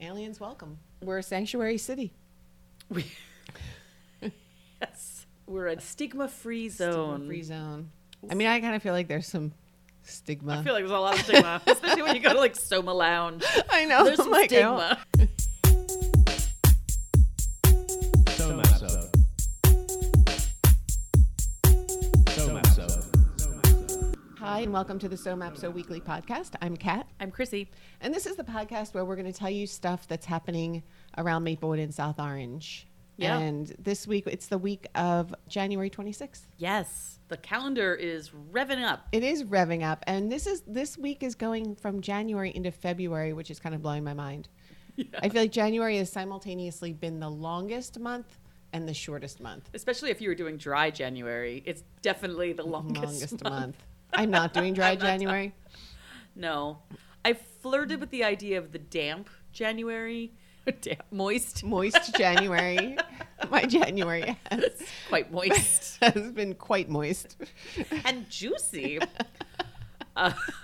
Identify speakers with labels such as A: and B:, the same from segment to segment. A: aliens welcome. We're a sanctuary city.
B: We, yes, we're a stigma-free zone.
A: Free zone. I mean, I kind of feel like there's some stigma.
B: I feel like there's a lot of stigma, especially when you go to like Soma Lounge.
A: I know.
B: There's some
A: I'm like, I don't-
B: stigma.
C: Soma Sub. Soma Sub.
A: Hi, and welcome to the So Map So Weekly podcast. I'm Kat,
B: I'm Chrissy.
A: and this is the podcast where we're going to tell you stuff that's happening around Maplewood and South Orange.
B: Yeah.
A: And this week, it's the week of January 26th.
B: Yes, the calendar is revving up.
A: It is revving up, and this is this week is going from January into February, which is kind of blowing my mind. I feel like January has simultaneously been the longest month and the shortest month.
B: Especially if you were doing dry January, it's definitely the longest,
A: longest
B: month.
A: month. I'm not doing dry
B: I'm not-
A: January.
B: No, I flirted with the idea of the damp January, damp, moist,
A: Moist January. My January has,
B: quite moist
A: has been quite moist.
B: and juicy. Uh,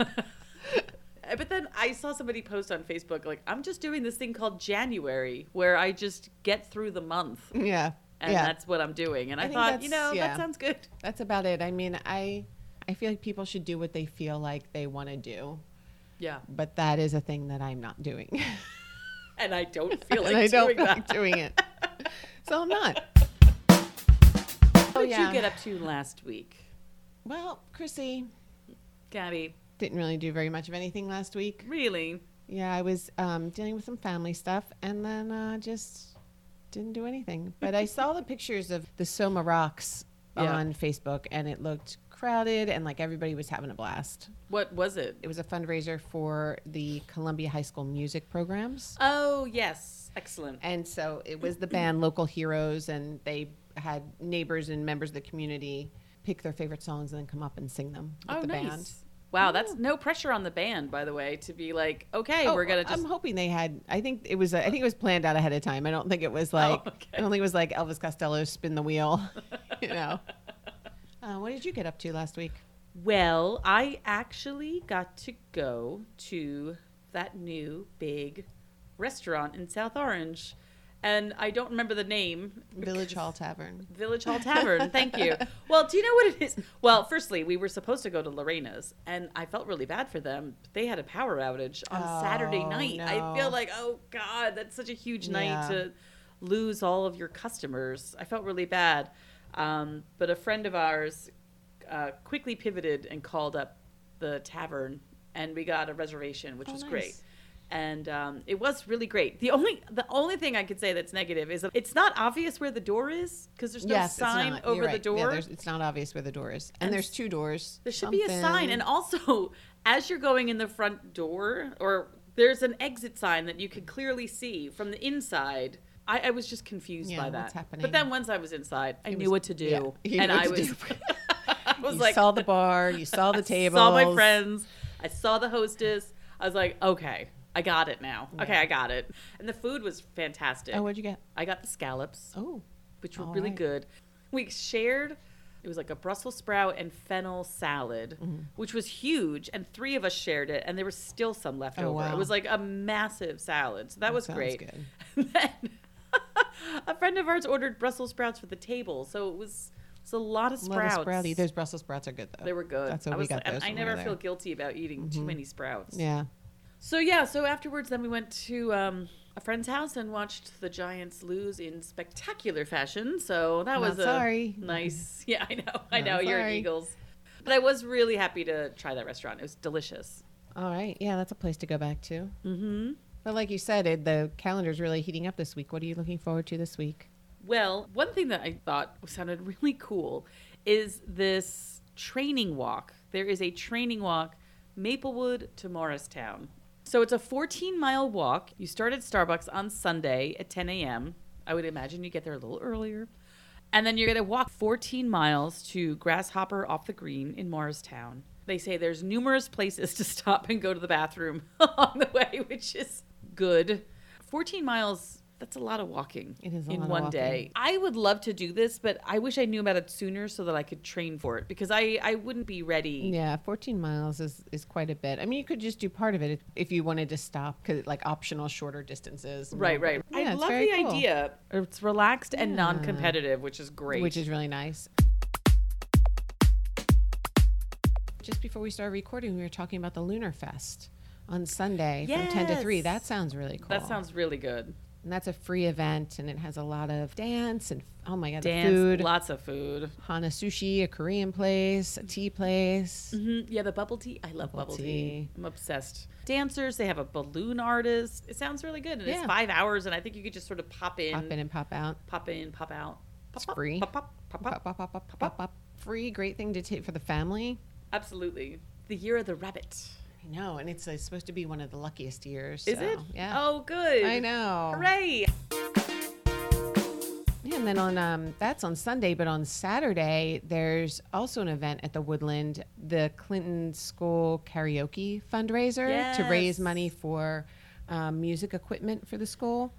B: but then I saw somebody post on Facebook like, "I'm just doing this thing called January, where I just get through the month,
A: Yeah.
B: and
A: yeah.
B: that's what I'm doing." And
A: I
B: I,
A: think
B: thought, you
A: that's-
B: know,
A: yeah.
B: that sounds good.
A: That's about it. I mean, I I feel like people should do what they feel like they want to do,
B: Yeah,
A: but that is a thing that I'm not doing.
B: and I don't feel like
A: and I don't
B: doing
A: feel
B: that.
A: like doing it. So I'm not.
B: what did
A: yeah.
B: you get up to last week,
A: Well, Chrissy
B: Gabby?
A: didn't really do very much of anything last week.
B: Really?
A: Yeah, I was um, dealing with some family stuff and then uh, just didn't do anything. But I saw the pictures of the Soma Rocks
B: Yeah.
A: on Facebook and it looked crowded and like everybody was having a blast.
B: What was it?
A: It was a fundraiser for the Columbia High School music programs.
B: Oh yes, excellent.
A: And so it was the band Local Heroes, and they had neighbors and members of the community pick their favorite songs and then come up and sing them with
B: Oh,
A: the band.
B: Wow, that's no pressure on the band, by the way, to be like, okay,
A: Oh,
B: we're gonna just.
A: I'm hoping they had. I think it was. I think it was planned out ahead of time. I don't think it was like.
B: Oh, okay.
A: I don't think it was like Elvis Costello spin the wheel. you know. Uh, what did you get up to last week?
B: Well, I actually got to go to that new big restaurant in South Orange, and I don't remember the name.
A: Village Hall Tavern.
B: Village Hall Tavern. Thank you. Well, do you know what it is? Well, firstly, we were supposed to go to Lorena's, and I felt really bad for them. They had a power outage on
A: Oh,
B: Saturday night. I
A: no.
B: feel like, oh God, that's such a huge
A: Yeah.
B: night to lose all of your customers. I felt really bad. Um, but a friend of ours uh, quickly pivoted and called up the tavern, and we got a reservation, which
A: Oh,
B: was
A: nice.
B: great and um, it was really great. The only the only thing I could say that's negative is that it's not obvious where the door is because there's no
A: yes, it's
B: sign
A: not. You're
B: over the
A: right. Yeah,
B: door.
A: there's- it's not obvious where the door is, and,
B: And
A: there's two doors.
B: there should be a sign,
A: Something.
B: and also as you're going in the front door, or there's an exit sign that you could clearly see from the inside. I, I was just confused
A: Yeah,
B: by that.
A: what's happening?
B: But then once I was inside, I knew
A: was-
B: what to do,
A: yeah, you
B: and
A: knew what
B: I
A: to
B: was
A: do.
B: I was
A: you
B: like
A: saw the bar, you saw the table,
B: I saw my friends. I saw the hostess. I was like, okay, I got it now. Okay, I got it. And the food was fantastic.
A: Oh, what'd you get?
B: I got the scallops,
A: Oh,
B: which were
A: all
B: really
A: right.
B: good. We shared. It was like a Brussels sprout and fennel salad,
A: Mm-hmm.
B: which was huge, and three of us shared it, and there was still some left over.
A: Oh, wow.
B: It was like a massive salad, so that, was
A: sounds
B: great.
A: good.
B: And then a friend of ours ordered Brussels sprouts for the table, so it was it was a lot of
A: Love a
B: sprouts.
A: sprouty. Those Brussels sprouts are good though.
B: They were good.
A: That's what
B: I
A: we
B: was,
A: got.
B: and
A: Those
B: I
A: when we
B: never
A: were there. Mm-hmm.
B: feel guilty about eating too many sprouts.
A: Yeah.
B: So yeah. So afterwards, then we went to um, a friend's house and watched the Giants lose in spectacular fashion. So
A: Not
B: that was a
A: sorry.
B: nice. Yeah, I know. I
A: Not
B: know you're an
A: sorry.
B: Eagles, but I was really happy to try that restaurant. It was delicious.
A: All right. Yeah, that's a place to go back to. Mm-hmm. But like you said, it, the calendar's really heating up this week. What are you looking forward to this week?
B: Well, one thing that I thought sounded really cool is this training walk. There is a training walk, Maplewood to Morristown. So it's a 14 mile walk. You start at Starbucks on Sunday at 10 a.m. I would imagine you get there a little earlier. And then you're going to walk 14 miles to Grasshopper off the green in Morristown. They say there's numerous places to stop and go to the bathroom along the way, which is good. 14 miles That's a lot of walking
A: It is a
B: in
A: lot of
B: one
A: walking.
B: day. I would love to do this, but I wish I knew about it sooner so that I could train for it because I, I wouldn't be ready.
A: Yeah, 14 miles is, is quite a bit. I mean, you could just do part of it if, if you wanted to stop, because like optional shorter distances.
B: Right, right.
A: Yeah,
B: I
A: it's
B: love
A: very
B: the
A: cool,
B: idea. It's relaxed and
A: Yeah.
B: non competitive, which is great.
A: Which is really nice. Just before we started recording, we were talking about the Lunar Fest on Sunday from 10 to 3.
B: Yes.
A: That sounds really cool.
B: That sounds really good.
A: And that's a free event, and it has a lot of dance and, oh my God, the
B: Dance,
A: food.
B: lots of food.
A: Hana Sushi, a Korean place, a tea place.
B: hmm Yeah, the bubble tea. I love bubble
A: Bubble
B: tea.
A: tea.
B: I'm obsessed. Dancers. They have a balloon artist. It sounds really good, and it's
A: Yeah.
B: five hours, and I think you could just sort of pop in,
A: Pop in and pop out.
B: pop in, pop out. Pop,
A: It's
B: pop,
A: free.
B: Pop, pop, pop, pop.
A: Pop, pop, pop, pop, pop, pop, pop. Free, great thing to take for the family.
B: Absolutely. The year of the rabbit.
A: I know, and it's uh, supposed to be one of the luckiest years.
B: Is
A: so,
B: it?
A: Yeah.
B: Oh, good.
A: I know.
B: Hooray!
A: Yeah, and then on um, that's on Sunday, but on Saturday there's also an event at the Woodland, the Clinton School Karaoke fundraiser to raise
B: Yes.
A: money for um, music equipment for the school.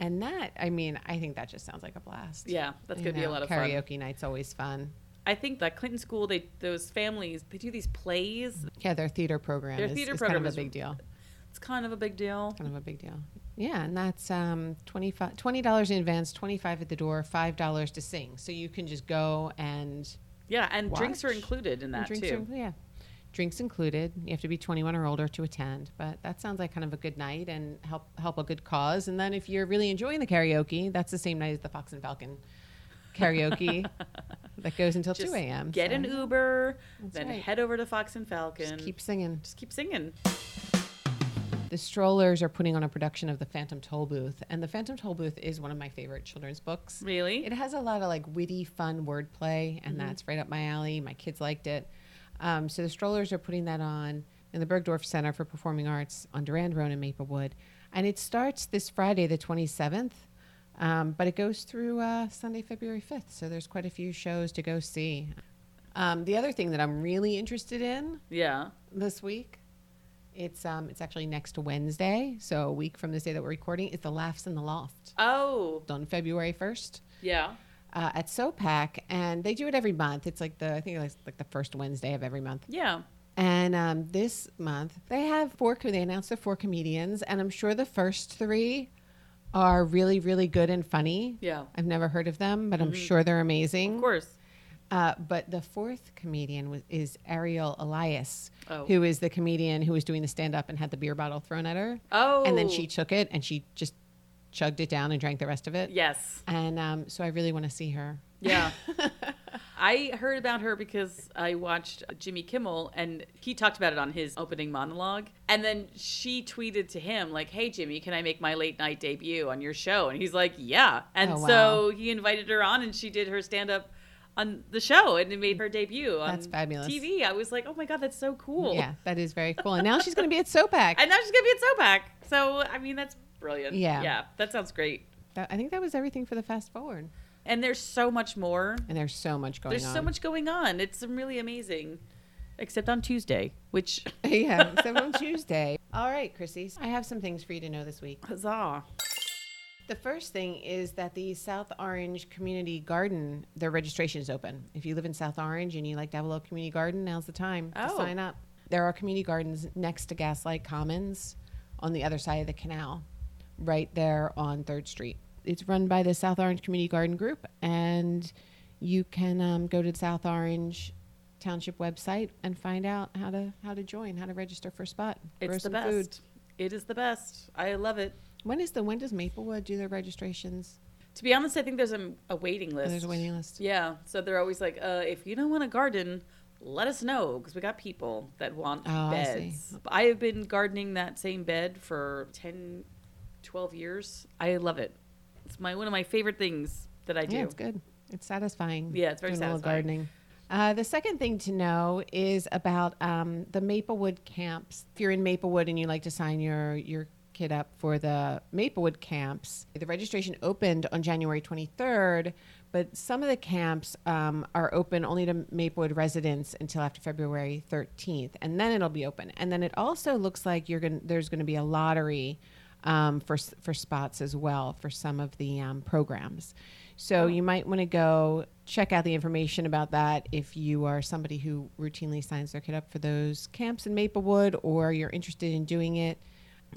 A: And that, I mean, I think that just sounds like a blast.
B: Yeah, that's
A: You
B: gonna be a
A: know,
B: lot of fun.
A: karaoke night's always fun.
B: I think that Clinton School, they those families, they do these plays.
A: Yeah, their theater program
B: Their
A: is,
B: theater
A: is
B: program
A: kind of a
B: is-
A: big deal.
B: It's kind of a big deal.
A: Kind of a big deal. Yeah, and that's um, 25 $20 in advance, 25 at the door, $5 to sing. So you can just go and
B: Yeah, and drinks are
A: Watch.
B: included in
A: And
B: that
A: drinks
B: too.
A: Are, yeah. Drinks included. You have to be 21 or older to attend, but that sounds like kind of a good night and help help a good cause. And then if you're really enjoying the karaoke, that's the same night as the Fox and Falcon karaoke that goes until
B: Just
A: 2 a.m.
B: Get
A: so
B: an Uber,
A: That's
B: then
A: right.
B: head over to Fox and Falcon.
A: Just keep singing.
B: just keep singing.
A: The strollers are putting on a production of the Phantom Toll Booth, and the Phantom Toll Booth is one of my favorite children's books.
B: Really?
A: It has a lot of like witty, fun wordplay, and that's right up my alley. My kids liked it. Um, so the strollers are putting that on in the Bergdorf Center for Performing Arts on Durand Road in Maplewood, and it starts this Friday, the 27th, um, but it goes through uh, Sunday, February 5th. So there's quite a few shows to go see. Um, the other thing that I'm really interested in
B: yeah.
A: this week. It's um, it's actually next Wednesday, so a week from this day that we're recording. It's the Laughs in the Loft
B: Oh,
A: on February first
B: yeah.
A: uh, at SOPAC, and they do it every month. It's like the I think it's like the first Wednesday of every month.
B: Yeah.
A: And um, this month they have four. co- They announced the four comedians, and I'm sure the first three are really really good and funny.
B: Yeah. Mm-hmm.
A: I've never heard of them, but I'm sure they're amazing.
B: Of course.
A: Uh, but the fourth comedian was, is Ariel Elias,
B: Oh.
A: who is the comedian who was doing the stand up and had the beer bottle thrown at her.
B: Oh.
A: And then she took it and she just chugged it down and drank the rest of it.
B: Yes.
A: And um, so I really want to see her.
B: Yeah. I heard about her because I watched Jimmy Kimmel and he talked about it on his opening monologue. And then she tweeted to him, like, Hey, Jimmy, can I make my late night debut on your show? And he's like, Yeah. And
A: Oh,
B: so he invited her on and she did her stand up on the show and it made her debut on
A: That's fabulous.
B: TV. I was like, Oh my God, that's so cool.
A: Yeah, that is very cool. And now she's going to be at SOPAC.
B: And now she's going to be at SOPAC. So, I mean, that's brilliant.
A: Yeah.
B: Yeah. That sounds great.
A: That- I think that was everything for the fast forward.
B: And there's so much more.
A: And there's so much going
B: There's
A: on.
B: so much going on. It's really amazing. Except on Tuesday, which
A: yeah, except on Tuesday. All right, Chrissy, I have some things for you to know this week.
B: huzzah.
A: The first thing is that the South Orange Community Garden, their registration is open. If you live in South Orange and you like Davalo Community Garden, now's the time to
B: Oh.
A: sign up. There are community gardens next to Gaslight Commons on the other side of the canal, right there on 3rd Street. It's run by the South Orange Community Garden Group, and you can um, go to the South Orange Township website and find out how to how to join, how to register for a spot. grow
B: It's the
A: some
B: best.
A: food.
B: It is the best. I love it.
A: When is the when does Maplewood do their registrations?
B: To be honest, I think there's a, a waiting list.
A: Oh, there's a waiting list.
B: Yeah. So they're always like, uh, if you don't want a garden, let us know because we got people that want
A: Oh, I see.
B: beds. I have been gardening that same bed for 10, 12 years. I love it. It's my one of my favorite things that I do.
A: Yeah, it's good. It's satisfying.
B: Yeah, it's very
A: doing a little
B: satisfying.
A: gardening. Uh, the second thing to know is about um, the Maplewood camps. If you're in Maplewood and you like to sign your your kid up for the Maplewood camps, the registration opened on January 23rd, but some of the camps um, are open only to Maplewood residents until after February 13th, and then it'll be open. And then it also looks like you're going to there's going to be a lottery um, for s- for spots as well for some of the um, programs. So you might want to go check out the information about that if you are somebody who routinely signs their kid up for those camps in Maplewood or you're interested in doing it.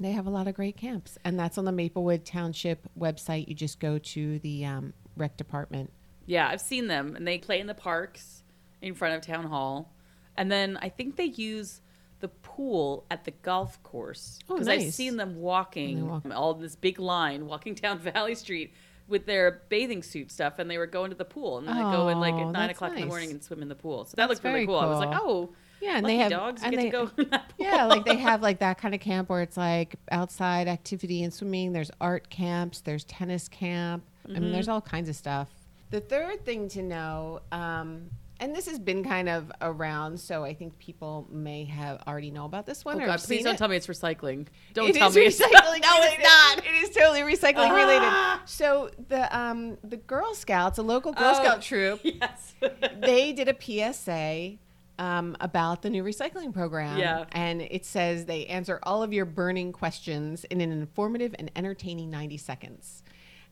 A: They have a lot of great camps, and that's on the Maplewood Township website. You just go to the um, rec department.
B: Yeah, I've seen them, and they play in the parks in front of town hall, and then I think they use the pool at the golf course
A: Oh,
B: because I've
A: nice.
B: seen them walking
A: And they walk-
B: all this big line walking down Valley Street with their bathing suit stuff, and they were going to the pool and they go in like
A: Oh,
B: at nine
A: that's
B: o'clock in the
A: nice.
B: morning and swim in the pool. So that
A: That's
B: looked really
A: very
B: cool. I was like, oh,
A: Yeah, and
B: lucky
A: they have
B: dogs. You
A: and
B: get
A: they,
B: to go in that pool.
A: Yeah, like they have like that kind of camp where it's like outside activity and swimming. There's art camps, there's tennis camp. I mean, there's all kinds of stuff. Mm-hmm. The third thing to know, um, and this has been kind of around, so I think people may have already know about this one.
B: Oh,
A: or
B: God,
A: have
B: please
A: seen
B: don't
A: it.
B: tell me it's recycling. Don't
A: It
B: tell
A: is
B: me it's
A: recycling. no, it's not. It is totally recycling
B: Ah!
A: related. So the um, the Girl Scouts, a local Girl
B: Oh.
A: Scout troop,
B: Yes.
A: they did a PSA um, about the new recycling program.
B: Yeah.
A: And it says they answer all of your burning questions in an informative and entertaining 90 seconds.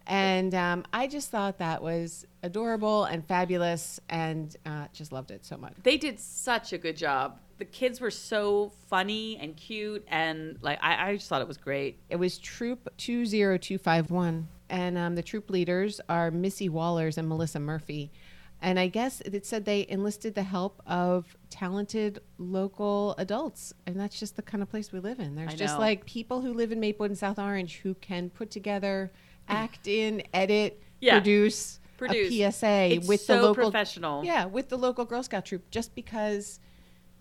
A: And um, I just thought that was adorable and fabulous and uh, just loved it so much.
B: they did such a good job. The kids were so funny and cute, and like I, I just thought it was great.
A: It was Troop 20251. And um, the troop leaders are Missy Wallers and Melissa Murphy. And I guess it said they enlisted the help of talented local adults. And that's just the kind of place we live in. There's
B: I
A: just
B: know.
A: like people who live in Maplewood and South Orange who can put together, act in, edit,
B: Yeah.
A: produce,
B: Produce.
A: a PSA
B: It's
A: with
B: so
A: the local
B: professional.
A: Yeah, with the local Girl Scout troop just because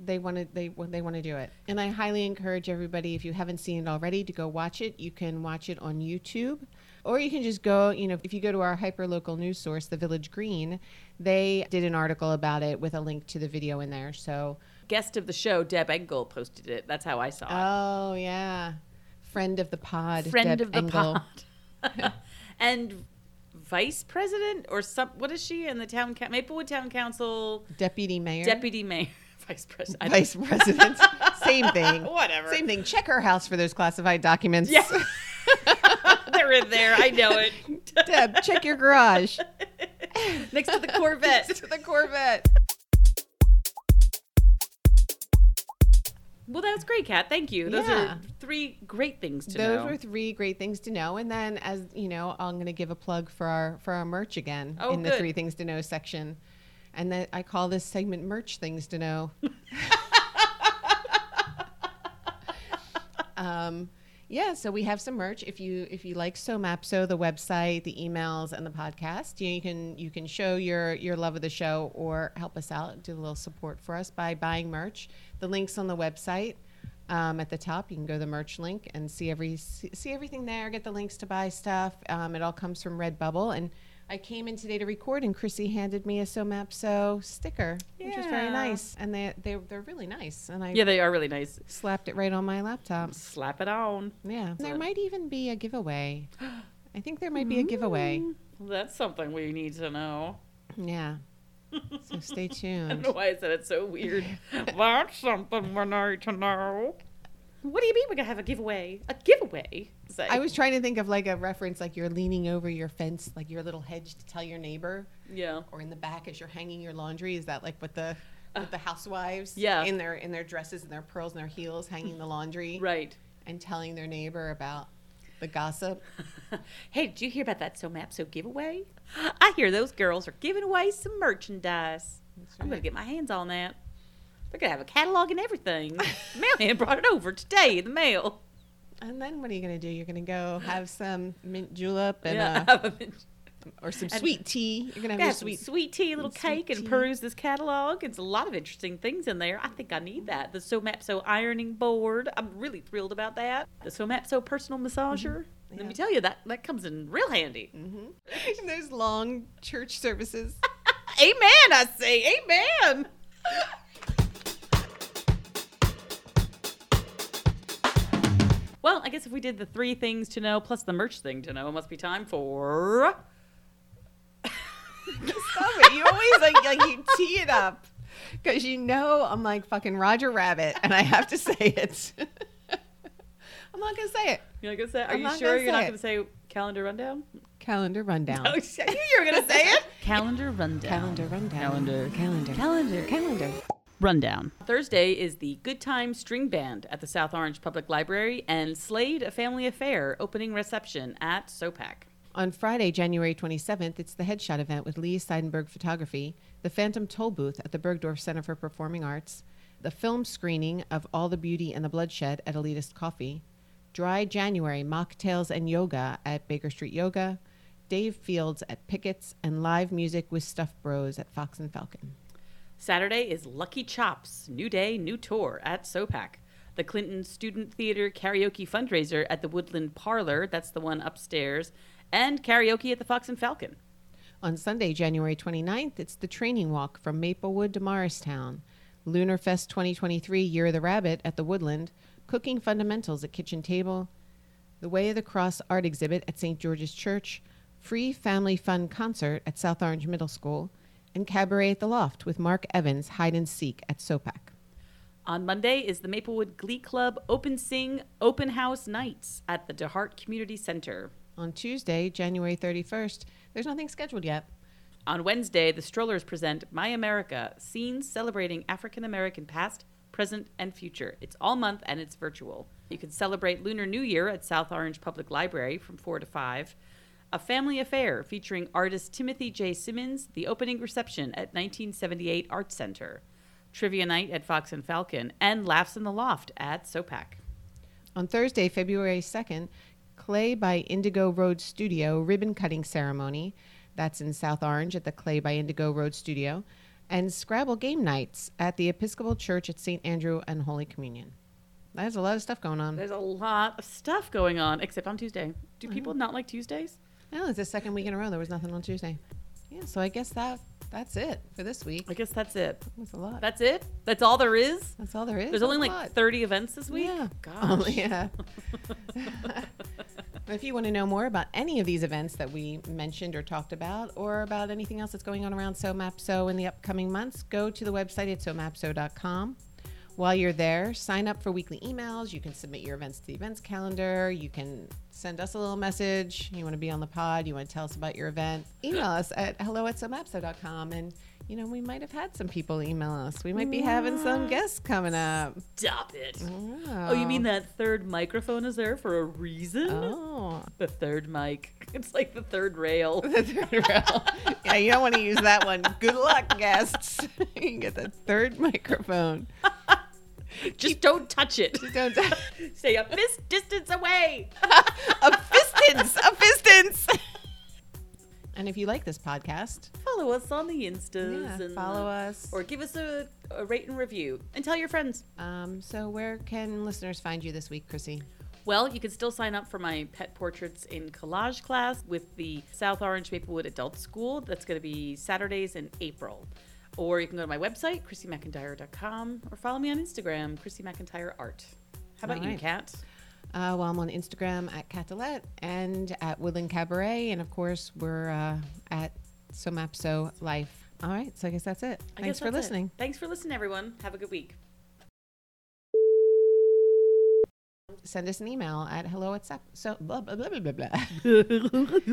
A: they want to they want- they want to do it. And I highly encourage everybody if you haven't seen it already to go watch it. You can watch it on YouTube or you can just go, you know, if you go to our hyperlocal news source, The Village Green, they did an article about it with a link to the video in there. So,
B: Guest of the show, Deb Engel, posted it. That's how I saw it.
A: oh yeah. Friend of the pod.
B: Friend
A: Deb
B: of the
A: Engel.
B: pod, and vice president or some. What is she in the town? coun- Maplewood Town Council
A: Deputy mayor.
B: deputy mayor, vice president. I don't-
A: vice president. Same thing.
B: Whatever.
A: Same thing. Check her house for those classified documents.
B: Yeah. They're in there. I know it.
A: Deb, check your garage.
B: Next to the Corvette.
A: to the Corvette.
B: Well, that was great, Kat. Thank you. Those
A: Yeah.
B: are three great things to
A: Those
B: know.
A: were three great things to know. And then, as you know, I'm going to give a plug for our for our merch again
B: Oh,
A: in the
B: good.
A: three things to know section. And then I call this segment merch things to know. um, yeah, so we have some merch. If you if you like SoMapso, the website, the emails, and the podcast, you, you can you can show your your love of the show or help us out, do a little support for us by buying merch. The links on the website um, at the top. You can go to the merch link and see every see, see everything there. Get the links to buy stuff. Um, it all comes from Redbubble and. I came in today to record, and Chrissy handed me a SoMapso sticker, which is very
B: Yeah.
A: nice. And they they they're really nice, and I
B: yeah, they are really nice.
A: slapped it right on my laptop.
B: Slap it on.
A: Yeah. There
B: Uh,
A: might even be a giveaway. I think there might be a giveaway.
B: Mm. That's something we need to know.
A: Yeah. So stay
B: I don't know
A: tuned.
B: why I said it so weird. That's something we need to know. What do you mean we're gonna have a giveaway? A giveaway? Say.
A: I was trying to think of like a reference, like you're leaning over your fence, like your little hedge to tell your neighbor,
B: yeah.
A: or in the back as you're hanging your laundry. Is that like what the with the housewives?
B: Uh, yeah.
A: In their in their dresses and their pearls and their heels, hanging the laundry
B: Right.
A: and telling their neighbor about the gossip.
B: hey, did you hear about that So Map So giveaway? I hear those girls are giving away some merchandise. I'm gonna
A: right.
B: get my hands on that. They're gonna have a catalog and everything. the mailman brought it over today in the mail.
A: And then what are you gonna do? You're gonna go have some mint julep and
B: yeah.
A: uh,
B: have a bunch-
A: or some
B: And-
A: sweet tea. You're gonna have
B: Got
A: your
B: some
A: sweet
B: sweet tea, a little
A: sweet
B: cake, and
A: tea.
B: peruse this catalog. It's a lot of interesting things in there. I think I need that. The Somapso ironing board. I'm really thrilled about that. The Somapso personal massager. Let
A: Mm-hmm. Yeah. Mm-hmm.
B: me tell you that that comes in real handy.
A: And There's long church services.
B: Amen. I say amen. well, I guess if we did the three things to know plus the merch thing to know, it must be time for.
A: Stop it. You always like, like you tee it up because you know I'm like fucking Roger Rabbit and I have to say it. I'm not going to say it.
B: You're not gonna say. Are
A: I'm
B: you
A: not
B: sure
A: gonna
B: you're not
A: say
B: gonna say calendar rundown?
A: Calendar rundown.
B: Oh, shit, I knew you were gonna say it. calendar rundown.
A: Calendar rundown.
B: Calendar.
A: Calendar.
B: Calendar.
A: Calendar.
B: Rundown. Thursday is the Good Time String Band at the South Orange Public Library and Slade A Family Affair opening reception at SOPAC.
A: On Friday, January 27th, it's the Headshot event with Lee Seidenberg Photography, the Phantom Toll Booth at the Bergdorf Center for Performing Arts, the film screening of All the Beauty and the Bloodshed at Elitist Coffee, Dry January Mocktails and Yoga at Baker Street Yoga, Dave Fields at Pickett's, and live music with Stuffed Bros at Fox and Falcon.
B: Saturday is Lucky Chops New Day, New Tour at SOPAC. The Clinton Student Theater Karaoke Fundraiser at the Woodland Parlor, that's the one upstairs, and karaoke at the Fox and Falcon.
A: On Sunday, January 29th, it's the training walk from Maplewood to Morristown, Lunar Fest 2023 Year of the Rabbit at the Woodland, Cooking Fundamentals at Kitchen Table, the Way of the Cross art exhibit at St. George's Church, Free Family Fun concert at South Orange Middle School, and Cabaret at the Loft with Mark Evans Hide and Seek at SOPAC.
B: On Monday is the Maplewood Glee Club Open Sing Open House Nights at the DeHart Community Center.
A: On Tuesday, January 31st, there's nothing scheduled yet.
B: On Wednesday, the strollers present My America, scenes celebrating African American past, present, and future. It's all month and it's virtual. You can celebrate Lunar New Year at South Orange Public Library from 4 to 5. A Family Affair featuring artist Timothy J. Simmons, the opening reception at 1978 Art Center. Trivia night at Fox and Falcon, and Laughs in the Loft at SOPAC.
A: On Thursday, February 2nd, Clay by Indigo Road Studio ribbon cutting ceremony. That's in South Orange at the Clay by Indigo Road Studio. And Scrabble game nights at the Episcopal Church at St. Andrew and Holy Communion. There's a lot of stuff going on.
B: There's a lot of stuff going on, except on Tuesday. Do people not like Tuesdays?
A: No, it's the second week in a row. There was nothing on Tuesday. Yeah, so I guess that that's it for this week.
B: I guess that's it.
A: That's a lot.
B: That's it? That's all there is?
A: That's all there is.
B: There's
A: That's
B: only
A: a
B: like
A: lot.
B: 30 events this week.
A: Yeah.
B: Gosh.
A: Oh, yeah. if you want to know more about any of these events that we mentioned or talked about, or about anything else that's going on around SoMapSo in the upcoming months, go to the website at somapso.com. While you're there, sign up for weekly emails. You can submit your events to the events calendar. You can send us a little message. You want to be on the pod. You want to tell us about your event. Email us at hello at somapso.com. And, you know, we might have had some people email us. We might be having some guests coming up.
B: Stop it. Oh, you mean that third microphone is there for a reason?
A: Oh.
B: The third mic. It's like the third rail.
A: yeah, you don't want to use that one. Good luck, guests. you can get the third microphone.
B: Just don't touch it.
A: Don't
B: Stay a fist distance away.
A: a fistance, a fistance. And if you like this podcast,
B: Follow us on the Instas.
A: yeah,
B: and,
A: follow
B: uh,
A: us.
B: Or give us a, a rate and review and tell your friends.
A: um, so where can listeners find you this week, Chrissy?
B: Well, you can still sign up for my pet portraits in collage class with the South Orange Maplewood Adult School. That's going to be Saturdays in April. Or you can go to my website, chrissymcintyre.com, or follow me on Instagram, Chrissy McIntyre Art. How about
A: All
B: you,
A: right.
B: Kat?
A: Uh, well, I'm on Instagram at Catalette and at Woodland Cabaret, and of course we're uh, at Somapso Life. All right, so I guess that's it.
B: I
A: Thanks
B: guess
A: for
B: that's it.
A: listening.
B: Thanks for listening, everyone. Have a good week.
A: Send us an email at hello at sap- so blah blah blah blah blah. blah.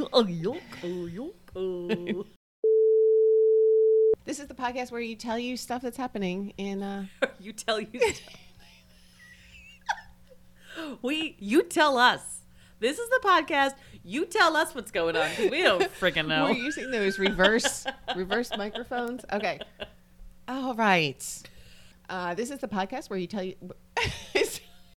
A: This is the podcast where you tell you stuff that's happening in uh
B: you tell you. we you tell us. This is the podcast. You tell us what's going on. 'cause We don't freaking know.
A: We're using those reverse reverse microphones. Okay. All right. Uh, this is the podcast where you tell you